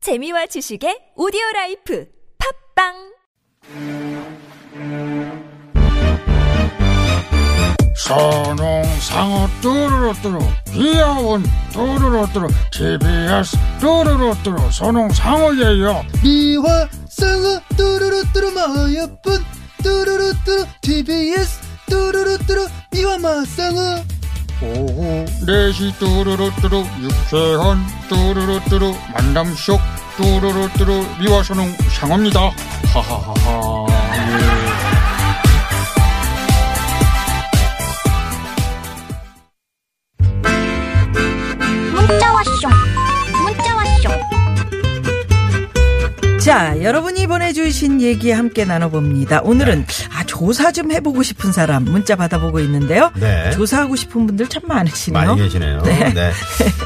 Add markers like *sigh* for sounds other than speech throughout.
재미와 지식의 오디오 라이프 팝빵 소농상어 뚜루루뚜루 귀여운 뚜루루뚜루 TBS 뚜루루뚜루 소농상어예요 미화 쌍어 뚜루루 뚜루 마여쁜 뚜루루 뚜루 TBS 뚜루루 뚜루 미화 마쌍어 오후 4시 뚜루루뚜루 유쾌한 뚜루루뚜루 만남 쇼 뚜루루뚜루 미화 소농상어입니다 하하하하 예. 문자 왔쇼 문자 왔쇼 자, 여러분이 보내주신 얘기 함께 나눠봅니다. 오늘은 아 조사 좀 해보고 싶은 사람 문자 받아보고 있는데요. 네. 조사하고 싶은 분들 참 많으시네요. 많이 계시네요. 네.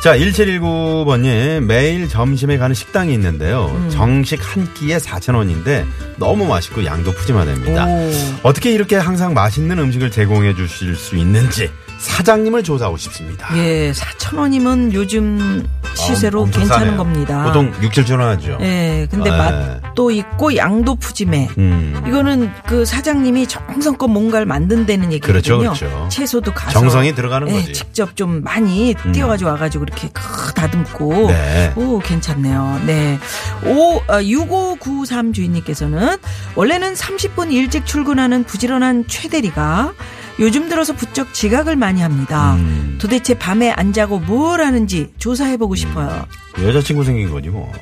자, 1719번님, 매일 점심에 가는 식당이 있는데요. 음. 정식 한 끼에 4,000원인데 너무 맛있고 양도 푸짐하답니다. 오. 어떻게 이렇게 항상 맛있는 음식을 제공해 주실 수 있는지 사장님을 조사하고 싶습니다. 예, 4천 원이면 요즘 시세로 아, 엄청 괜찮은 싸네요. 겁니다. 보통 6, 7천 원 하죠. 예, 근데 아, 맛도 있고 양도 푸짐해. 음. 이거는 그 사장님이 정성껏 뭔가를 만든다는 얘기거든요. 그렇죠, 그렇죠. 채소도 가서 정성이 들어가는 예, 거지. 직접 좀 많이 음. 띄워가지고 와가지고 이렇게 크 다듬고 네. 오, 괜찮네요. 네. 오, 어, 6593 주인님께서는 원래는 30분 일찍 출근하는 부지런한 최대리가 요즘 들어서 부쩍 지각을 많이 합니다. 음. 도대체 밤에 안 자고 뭘 하는지 조사해보고 싶어요. 음, 여자친구 생긴 거지 뭐.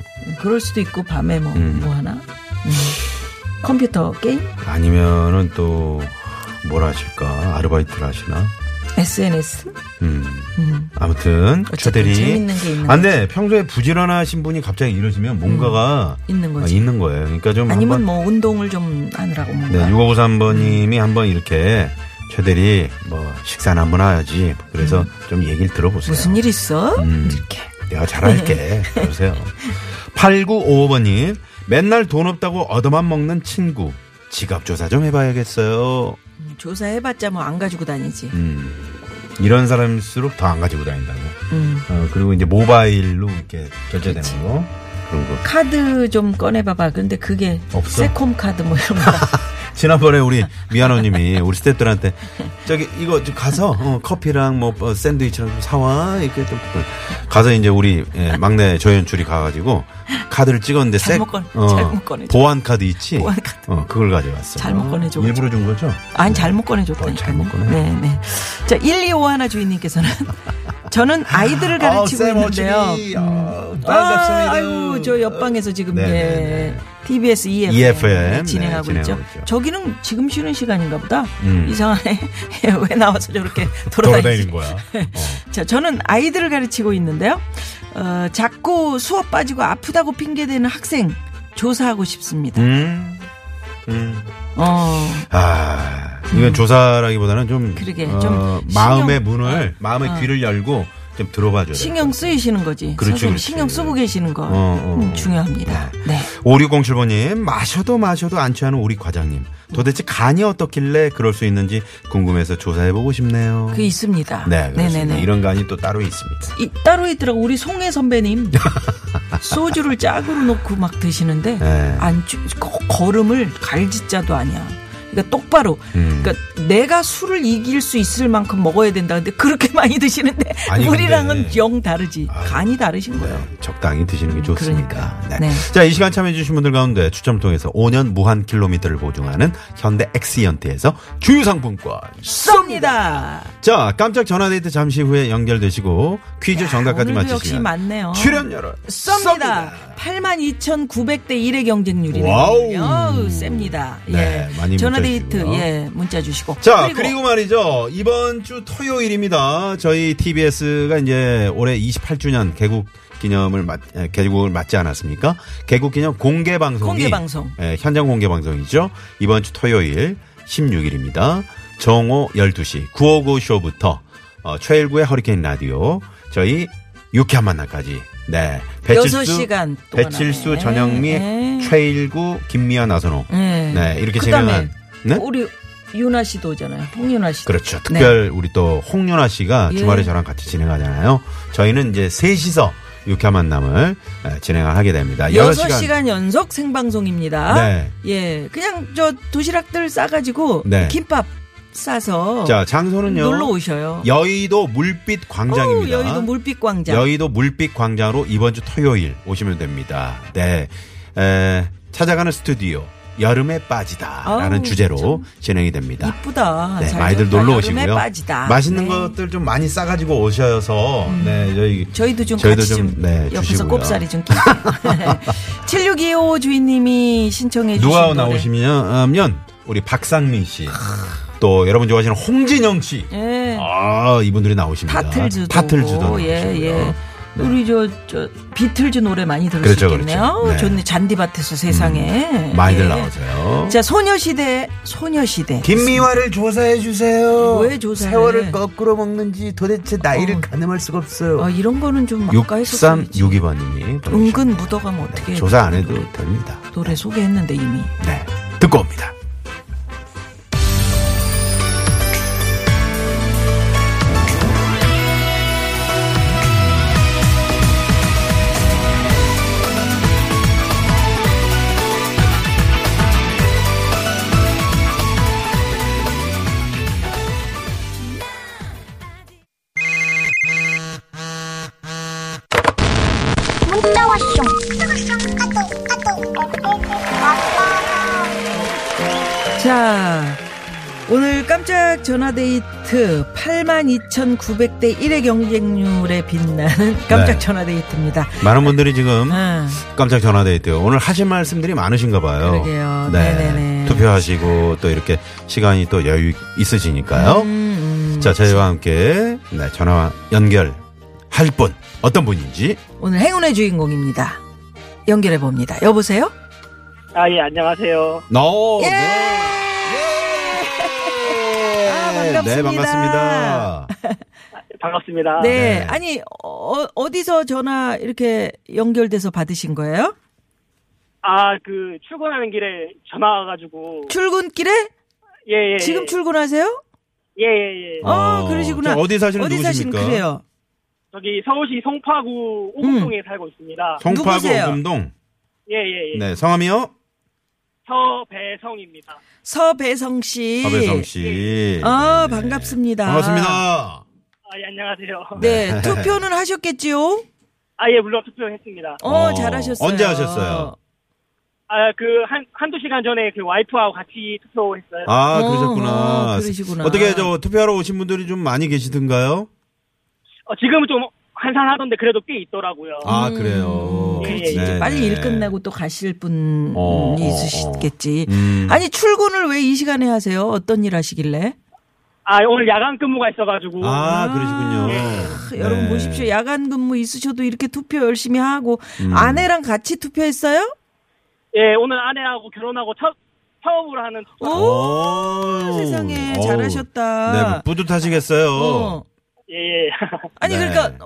그럴 수도 있고 밤에 뭐, 음. 뭐 하나? 음. 컴퓨터 게임? 아니면은 또 뭘 하실까? 아르바이트를 하시나? SNS? 음. 음. 아무튼 어쨌든 최대리 재밌는 게 있는, 아, 근데 평소에 부지런하신 분이 갑자기 이러시면 뭔가가 있는 아, 거지. 있는 거예요. 그러니까 좀 음. 아니면 한번 뭐 운동을 좀 하느라고 뭔가. 음. 네, 6593번님이 한번 이렇게 최대리 뭐 식사는 한번 해야지. 그래서 좀 얘기를 음. 들어보세요. 무슨 일 있어? 음. 이렇게. 네. 내가 잘할게. 그러세요. 8955번님 맨날 돈 없다고 얻어만 먹는 친구 지갑 조사 좀 해봐야겠어요. 음, 조사해봤자 뭐 안 가지고 다니지. 음. 이런 사람일수록 더 안 가지고 다닌다고. 음. 어, 그리고 이제 모바일로 이렇게 결제되는 거 그런 거. 카드 좀 꺼내봐봐. 근데 그게 없어? 세콤 카드 뭐 이런 *laughs* 거. 지난번에 우리 미아노님이 우리 스태프들한테 저기 이거 좀 가서 어, 커피랑 뭐 어, 샌드위치랑 좀 사와 이렇게 좀 가서 이제 우리 예, 막내 조연출이 가가지고 카드를 찍었는데 잘못 색- 어, 꺼내- 잘못 꺼내줘. 보안 카드 있지 보안 카드. 어, 그걸 가져왔어 잘못 꺼내줘. 일부러 준 거죠 아니 잘못 꺼내줬다니까요. 어, 잘못 꺼내. 네, 네. 자, 1, 2, 5 하나 주인님께서는 *laughs* 저는 아이들을 가르치고 쌤 있는데요. 오치미. 음. 어, 아, 반갑습니다. 아유, 저 옆방에서 지금 네, 예. 네, 네. TBS EFM, EFM, 진행하고 네, 있죠. 진행하고 있죠. 저기는 지금 쉬는 시간인가 보다. 음. 이상하네. *laughs* 예, 왜 나와서 *laughs* 저렇게 돌아다니는 돌아다니지? 거야 어. 자, 저는 아이들을 가르치고 있는데요. 어, 자꾸 수업 빠지고 아프다고 핑계대는 학생 조사하고 싶습니다. 음. 음. 어, 아, 이건 조사라기보다는 좀, 그러게, 어, 좀 마음의 신경- 네. 어. 문을, 마음의 귀를 열고 좀 들어봐줘요. 신경 쓰이시는 거지. 그렇죠, 그렇지, 선생님 그렇지. 신경 쓰고 계시는 거 어, 어. 중요합니다. 네. 5607번님, 마셔도 마셔도 안 취하는 우리 과장님. 도대체 간이 어떻길래 그럴 수 있는지 궁금해서 조사해보고 싶네요. 그 있습니다. 네, 그렇습니다. 네네네. 이런 간이 또 따로 있습니다. 이, 따로 있더라고 우리 송혜 *laughs* 선배님 소주를 짝으로 놓고 막 드시는데 네. 안 주- 거- 걸음을 갈짓자도 아니야. 그러니까 똑바로. 음. 그러니까 내가 술을 이길 수 있을 만큼 먹어야 된다. 근데 그렇게 *laughs* 많이 드시는데 아니, 근데- 네. 우리랑은 영 다르지. 아유. 간이 다르신 거예요. 네, 적당히 드시는 게 좋습니까? 음, 그러니까. 네. 네. 자, 이 시간 참여해주신 분들 가운데 추첨을 통해서 5년 무한 킬로미터를 보증하는 현대 엑시언트에서 주유상품권 쏩니다. 자, 깜짝 전화데이트 잠시 후에 연결되시고 퀴즈 정답까지 오늘도 역시 맞히시면 맞네요. 출연료를 쏩니다. 82,900대 1의 경쟁률이네요. 와우. 어우, 셉니다. 네, 예. 많이 문자 전화데이트, 주시고요. 예, 문자 주시고. 자, 그리고, 말이죠. 이번 주 토요일입니다. 저희 TBS가 이제 올해 28주년 개국 기념을 맞, 에, 개국을 맞지 않았습니까? 개국 기념 공개 방송이 공개 방송. 예, 현장 공개 방송이죠. 이번 주 토요일 16일입니다. 정오 12시 959 쇼부터 어, 최일구의 허리케인 라디오 저희 유쾌한 만나까지 네. 배칠수, 여섯 시간 동안 배칠수 하네. 전영미 네. 최일구 김미아 나선호 네. 네, 이렇게 그다음에 진행한 네? 우리 유나 씨도 오잖아요. 홍유나 씨. 그렇죠. 네. 특별 우리 또 홍윤아 씨가 예. 주말에 저랑 같이 진행하잖아요. 저희는 이제 셋이서 유쾌한 만남을 예, 진행을 하게 됩니다. 여러 여섯 시간. 시간 연속 생방송입니다. 네. 예. 그냥 저 도시락들 싸가지고 네. 김밥 싸서 자, 장소는요. 아? 놀러 오셔요. 여의도 물빛 어우, 광장입니다. 여의도 물빛광장. 여의도 물빛 광장으로 이번 주 토요일 오시면 됩니다. 네. 에, 찾아가는 스튜디오 여름에 빠지다라는 아우, 주제로 참. 진행이 됩니다. 이쁘다. 네, 아, 잘 많이들 지었다. 놀러 여름에 오시고요. 빠지다. 맛있는 네. 음. 것들 좀 많이 싸가지고 오셔서 네 저희 저희도 좀 저희도 같이 좀, 좀, 네, 옆에서 주시고요. 꼽살이 좀 끼고. *laughs* 7625 주인님이 신청해 주신 누가 노래. 나오시면 우리 박상민 씨. 또 여러분 좋아하시는 홍진영 씨. 예. 아, 이분들이 나오십니다. 타틀즈도. 타틀즈도 예, 나오시고요. 네. 예. 우리 저, 저 비틀즈 노래 많이 들을 그렇죠, 수 있겠네요. 그렇죠. 네. 음, 좋네. 잔디밭에서 세상에. 많이들 예. 나오세요. 자, 소녀시대, 소녀시대. 김미화를 조사해 주세요. 왜 조사를 해? 세월을 거꾸로 먹는지 도대체 나이를 가늠할 수가 없어요. 아, 이런 거는 좀 아까 했었어요. 6362번님이 은근 묻어가면 어떻게 조사 안 해도 됩니다. 노래 소개했는데 이미. 네, 듣고 옵니다. 문자 왔쇼. 까똑 까똑. 왔다. 자, 오늘 깜짝 전화데이트 82,900대 1의 경쟁률에 빛나는 *laughs* 깜짝 네. 전화데이트입니다. 많은 분들이 지금 아, 깜짝 전화데이트요. 오늘 하실 말씀들이 많으신가 봐요. 그러게요. 네네네. 투표하시고 또 이렇게 시간이 또 여유 있으시니까요. 음. 자, 저희와 함께 네, 전화 연결 할분 어떤 분인지 오늘 행운의 주인공입니다. 연결해 봅니다. 여보세요? 아, 예, 안녕하세요. 너. 예! 네. 아, 반갑습니다. 네, 반갑습니다. 반갑습니다. 네. 네. 아니, 어, 어디서 전화 이렇게 연결돼서 받으신 거예요? 아, 그, 출근하는 길에 전화 와가지고. 출근길에? 예, 예, 네. 예. 지금 출근하세요? 예, 예, 예. 어, 아, 그러시구나. 저 어디 사시는 어디 사시는 누구십니까? 그래요? 저기 서울시 송파구 음. 오곡동에 살고 있습니다. 송파구 누구세요? 금동. 예, 예, 예. 네, 성함이요? 서배성입니다. 서배성 씨. 박배성 씨. 예. 아, 네. 반갑습니다. 반갑습니다. 아, 예, 안녕하세요. 네, 투표는 하셨겠지요? 아, 예, 물론 투표했습니다. 어, 어, 잘하셨어요. 언제 하셨어요? 아, 그, 한, 한두 시간 전에 그 와이프하고 같이 투표했어요. 아, 어, 그러셨구나. 어, 그러시구나. 어떻게 저 투표하러 오신 분들이 좀 많이 계시던가요? 어, 지금은 좀 한산하던데 그래도 꽤 있더라고요. 음. 아, 그래요. 그렇지. 이제 네, 빨리 네. 일 끝나고 또 가실 분이 어, 어, 있으시겠지. 음. 아니, 출근을 왜 이 시간에 하세요? 어떤 일 하시길래? 아, 오늘 야간 근무가 있어가지고. 아, 그러시군요. 크, 네. 여러분 보십시오. 야간 근무 있으셔도 이렇게 투표 열심히 하고 음. 아내랑 같이 투표했어요? 예, 오늘 아내하고 결혼하고 첫, 처음으로 하는 어? 투표. 오, 오, 세상에 어우. 잘하셨다. 네, 뿌듯하시겠어요. 어. 예, *laughs* 예. 아니 네. 그러니까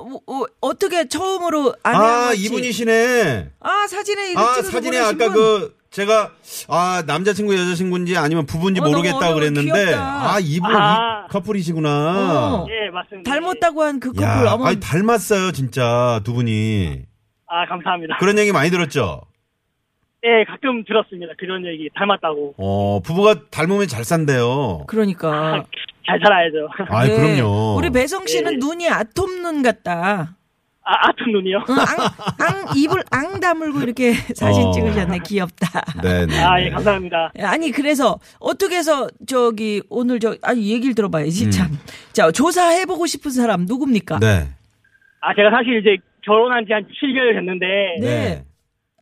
어, 떻게 처음으로 아내랑 아, 같이- 이분이시네. 아 사진에 이거 아, 찍어서 사진에 보내신 아까 분. 그 제가 아, 남자친구 여자친구인지 아니면 부부인지 어, 너무 모르겠다 어려워, 그랬는데 귀엽다. 아, 이분 아. 이 커플이시구나. 어. 예, 맞습니다. 닮았다고 한 그 커플 그, 아. 야, 어머 아니 닮았어요, 진짜 두 분이. 아, 감사합니다. 그런 얘기 많이 들었죠. 예, 가끔 들었습니다. 그런 얘기 닮았다고. 어, 부부가 닮으면 잘 산대요. 그러니까 잘 살아야죠. 아이, 네. 그럼요. 우리 배성 씨는 예. 눈이 아톰눈 같다. *laughs* 아, 아픈 눈이요. 응, 앙, 앙 입을 앙 다물고 이렇게 *laughs* 사진 어. 찍으셨네. 귀엽다. 네, 네. 아, 네. 예, 감사합니다. 아니 그래서 어떻게 해서 저기 오늘 저 아니 얘기를 들어봐야지 참. 자 조사해 보고 싶은 사람 누굽니까? 음. 네. 아, 제가 사실 이제 결혼한 지 한 7개월 됐는데, 네.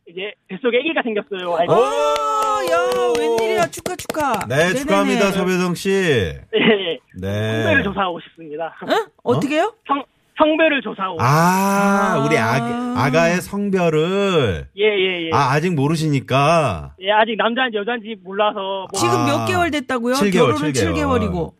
이제 뱃속에 아기가 생겼어요. 아이고. 오, 야 웬일이야 축하 축하. 네, 네네네. 축하합니다, 서배성 씨. 예, 예. 성별을 네. 조사하고 싶습니다. 응? 어떻게요? 성, 성별을 조사하고. 아, 아. 우리 아, 아가의 성별을 예, 예, 예. 아, 아직 모르시니까. 예, 아직 남자인지 여자인지 몰라서, 뭐, 지- 지금 아. 몇 개월 됐다고요? 칠 개월, 결혼은 칠 7 개월. 개월이고.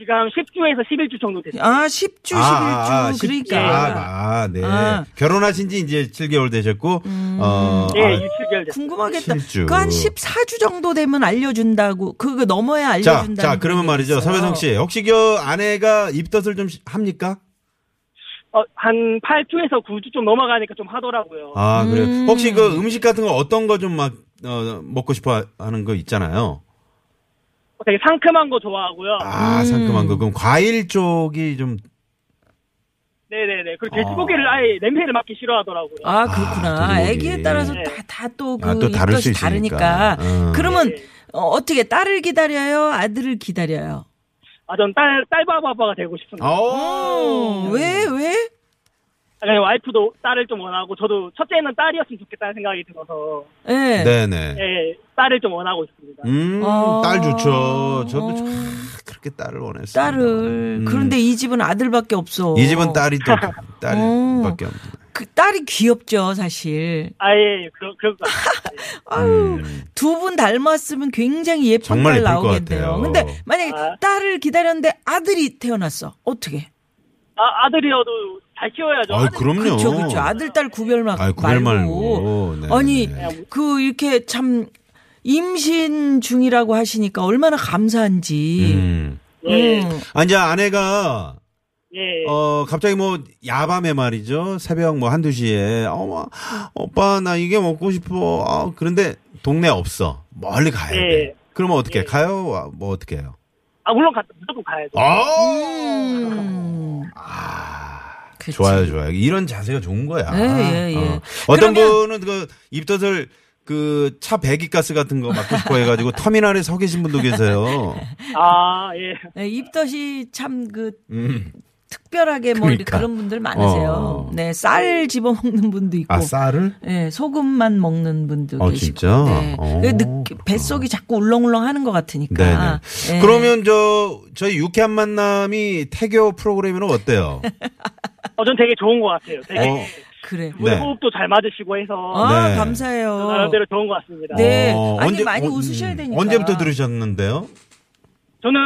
지금 10주에서 11주 정도 됐어요. 아, 10주, 11주. 아, 아, 그러니까. 아, 아, 네. 아. 음. 결혼하신 지 이제 7개월 되셨고, 어, 예, 아, 이제 7개월 됐어요. 궁금하겠다. 실주. 그 한 14주 정도 되면 알려준다고. 그거 넘어야 자, 알려준다고. 자, 그러면 말이죠. 서배성 씨, 혹시 그 아내가 입덧을 좀 시- 합니까? 어, 한 8주에서 9주 좀 넘어가니까 좀 하더라고요. 아, 그래요? 혹시 그 음식 같은 거 어떤 거 좀 막, 어, 먹고 싶어 하는 거 있잖아요. 되게 상큼한 거 좋아하고요. 아, 상큼한 거. 그럼 과일 쪽이 좀, 네네네. 그리고 돼지고기를 아예 냄새를 맡기 싫어하더라고요. 아 그렇구나. 아, 돼지고기. 아기에 따라서 네. 다 다 또 그 아, 또 다를 수 입덧이 있으니까. 다르니까. 음. 그러면 네. 어, 어떻게 딸을 기다려요? 아들을 기다려요? 아, 전 딸, 딸바바바가 되고 싶습니다. 아. 음. 음. 어, 왜 왜? 아, 그냥 와이프도 딸을 좀 원하고, 저도 첫째는 딸이었으면 좋겠다는 생각이 들어서, 예. 네네. 예, 딸을 좀 원하고 있습니다. 음, 아. 딸 좋죠. 저도 참 어. 그렇게 딸을 원했어요. 딸을. 음. 그런데 이 집은 아들밖에 없어. 이 집은 딸이 또, 딸밖에 없네. 그 딸이 귀엽죠, 사실. 아예, 그, 그럴 것 *laughs* 같아요. 아유, 두 분 닮았으면 굉장히 예쁜 음. 정말 딸 예쁠 것 나오겠네요. 같아요. 근데 만약에 아. 딸을 기다렸는데 아들이 태어났어. 어떻게? 아, 아들이어도 잘 키워야죠. 아, 그럼요. 그렇죠, 그렇죠. 아들, 딸 구별 막 아이, 구별 말고. 네, 아니, 네. 그 이렇게 참 임신 중이라고 하시니까 얼마나 감사한지. 음. 예, 음. 아, 이제 아내가 예. 어, 갑자기 뭐, 야밤에 말이죠. 새벽 뭐, 한두 시에, 어머, 오빠, 나 이게 먹고 싶어. 아, 그런데 동네 없어. 멀리 가야 예. 돼. 그러면 어떻게 가요? 아, 뭐, 어떻게 해요? 아, 물론 가, 무조건 가야죠. 아. 음. 그치. 아! 좋아요, 좋아요. 이런 자세가 좋은 거야. 예, 예, 예. 어. 떤 그러면- 분은 그, 입덧을 그, 차 배기가스 같은 거 맞고 싶어 *laughs* 해가지고 터미널에 서 계신 분도 계세요. 아, 예. 네, 입덧이 참 그 음. 특별하게 뭐 그러니까. 그런 분들 많으세요. 어. 네, 쌀 집어 먹는 분도 있고. 아, 쌀을? 예, 소금만 먹는 분도 어, 뭐 계시고. 진짜? 네. 어, 그 느끼- 뱃속이 자꾸 울렁울렁 하는 것 네네. 같으니까. 예. 그러면 저 저희 유쾌한 만남이 태교 프로그램으로 *laughs* 어때요? 어, 전 되게 좋은 것 같아요. 되게. 네. 어, 그래. 물 네. 호흡도 잘 맞으시고 해서, 아, 네. 감사해요. 나름대로 좋은 것 같습니다. 네. 아니, 언제- 많이 어, 음, 웃으셔야 되니까. 언제부터 들으셨는데요? 저는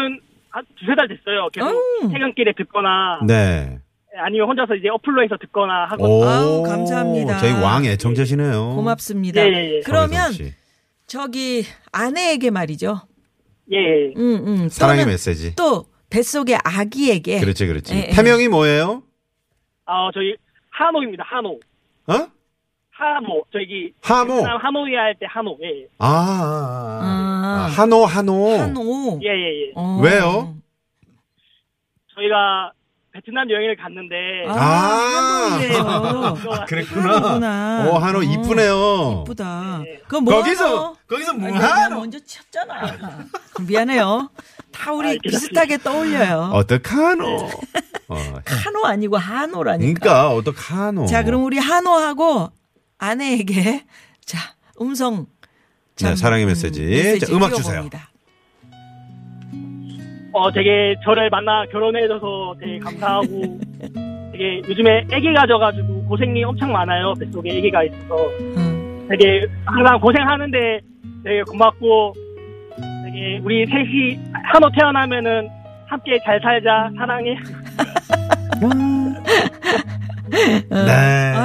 한 두세 달 됐어요. 계속 음. 퇴근길에 듣거나, 네. 아니면 혼자서 이제 어플로 해서 듣거나 하고, 오, 아. 아우, 감사합니다. 저희 왕 애청자시네요. 고맙습니다. 예, 예, 예. 그러면 정혜성 씨. 저기 아내에게 말이죠. 예, 예. 음, 음. 또는 사랑의 메시지. 또 뱃속의 아기에게. 그렇지, 그렇지. 예, 예. 태명이 뭐예요? 아, 저희 한호입니다. 한호. 어? 한호. 저기 한호. 베트남 하노이 할 때 한호. 예. 아, 아, 아. 아. 아, 한호, 한호. 한오. 예, 예, 예. 어. 왜요? 저희가 베트남 여행을 갔는데 아, 아. 한오예요. *laughs* 아, 그랬구나. 한호구나. 오, 한호 어. 이쁘네요. 이쁘다. 네. 그거 뭐 하노? 거기서 거기서 뭐 아니, 내가 하노? 먼저 쳤잖아. *laughs* 미안해요. 다 우리 아, 괜찮습니다. 비슷하게 떠올려요. *laughs* 어떡하노? 어, 한호 아니고 한호라니까. 그러니까 어떡하노? 자, 그럼 우리 한호하고 아내에게 자 음성 네, 음, 사랑의 메시지. 자, 음악 주세요. 띄워봅니다. 어 되게 저를 만나 결혼해 줘서 음. 되게 감사하고 되게 요즘에 아기가 져 가지고 고생이 엄청 많아요. 뱃속에 아기가 있어서 음. 되게 항상 고생하는데 되게 고맙고 되게 우리 셋이 한호 태어나면은 함께 잘 살자. 사랑해. 네.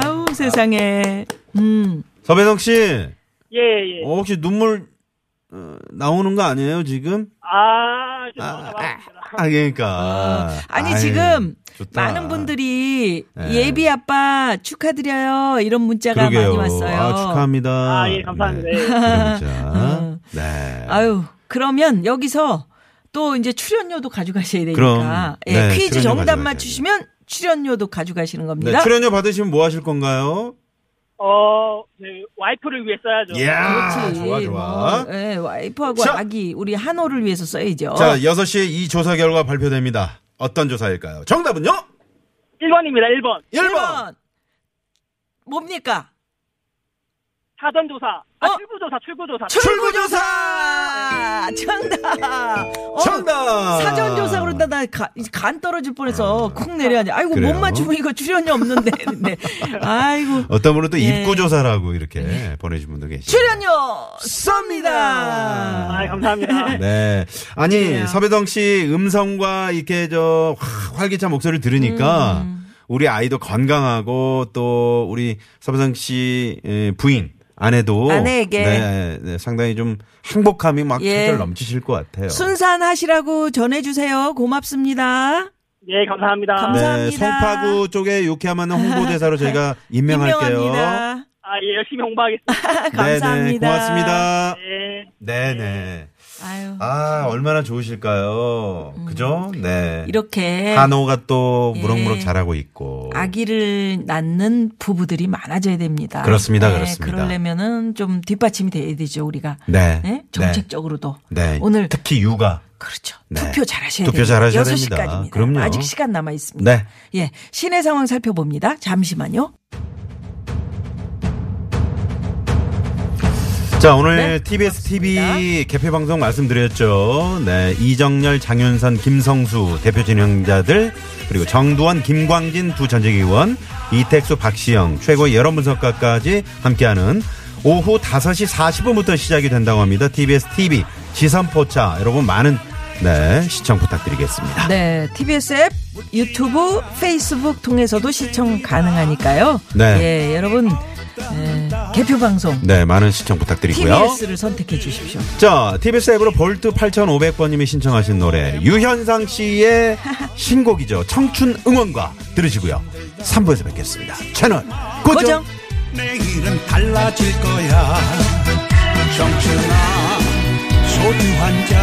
음. 아우 세상에. 음. 서배성 씨, 예, 예. 어, 혹시 눈물 어, 나오는 거 아니에요 지금? 아, 좀 아, 감사합니다. 아 그러니까. 어. 아니 아이, 지금 좋다. 많은 분들이 네. 예비 아빠 축하드려요 이런 문자가 그러게요. 많이 왔어요. 아, 축하합니다. 아, 예, 감사합니다. 네. 예. 이런 문자. 음. 네. 아유 그러면 여기서 또 이제 출연료도 가져가셔야 되니까 그럼, 예, 네, 퀴즈 출연료 정답 가져가셔야죠. 맞추시면 출연료도 가져가시는 네, 겁니다. 출연료 받으시면 뭐 하실 건가요? 어, 네, 와이프를 위해 써야죠. 이야, 그렇지. 좋아, 좋아. 뭐, 예, 와이프하고 자. 아기 우리 한호를 위해서 써야죠. 자, 6시에 이 조사 결과 발표됩니다. 어떤 조사일까요? 정답은요? 1번입니다, 1번. 1번. 번 뭡니까? 사전조사. 아, 어? 출구조사, 출구조사. 출구조사! 아, 정답! 어, 정답! 사전조사 그러다 나 간 떨어질 뻔해서 쿵 내려앉아. 아이고, 아. 그래요? 못 맞추면 이거 출연이 없는데. *laughs* 네. 아이고. 어떤 분은 또 예. 입구조사라고 이렇게 보내주신 분도 계시죠. 네. 출연료 쏩니다! 아, 감사합니다. 네. 아니, 서배정 씨 음성과 이렇게 저 화- 활기찬 목소리를 들으니까 음. 우리 아이도 건강하고 또 우리 서배정 씨 예, 부인 아내도 아내에게. 네, 네, 상당히 좀 행복함이 막 예. 철철 넘치실 것 같아요. 순산하시라고 전해주세요. 고맙습니다. 예, 감사합니다. 감사- 감사합니다. 네, 송파구 쪽에 유쾌한 홍보대사로 *laughs* 저희가 임명할게요. 임명합니다. 아, 예, 열심히 홍보하겠습니다. 네네, 감사합니다. 고맙습니다. 예. 네네. 아유. 아, 얼마나 좋으실까요? 그죠? 네. 음. 이렇게 한호가 또 무럭무럭 예. 자라고 있고. 아기를 낳는 부부들이 많아져야 됩니다. 네, 그렇습니다, 그렇습니다. 그러려면은 좀 뒷받침이 돼야 되죠, 우리가. 네. 네? 정책적으로도. 네. 네. 오늘 특히 육아. 그렇죠. 네. 투표 잘하셔야 투표 됩니다. 잘하셔야 됩니다. 6시까지입니다. 그럼요. 아직 시간 남아 있습니다. 네. 예. 시내 상황 살펴봅니다. 잠시만요. 자, 오늘 네, TBS TV 개표 방송 말씀드렸죠. 네, 이정열, 장윤선, 김성수 대표 진행자들 그리고 정두원, 김광진 두 전직 의원, 이택수, 박시영 최고 여론 분석가까지 함께하는 오후 5시 40분부터 시작이 된다고 합니다. TBS TV 지선 포차 여러분 많은 네, 시청 부탁드리겠습니다. 네, TBS 앱, 유튜브, 페이스북 통해서도 시청 가능하니까요. 네. 예, 여러분 예, 개표 방송 네, 많은 시청 부탁드리고요. TBS를 선택해 주십시오. 자, TBS 앱으로 볼트 8500번님이 신청하신 노래 유현상 씨의 신곡이죠. 청춘 응원과 들으시고요. 3부에서 뵙겠습니다. 채널 고정. 고정. 내일은 달라질 거야. 정춘아, 소주 한 잔.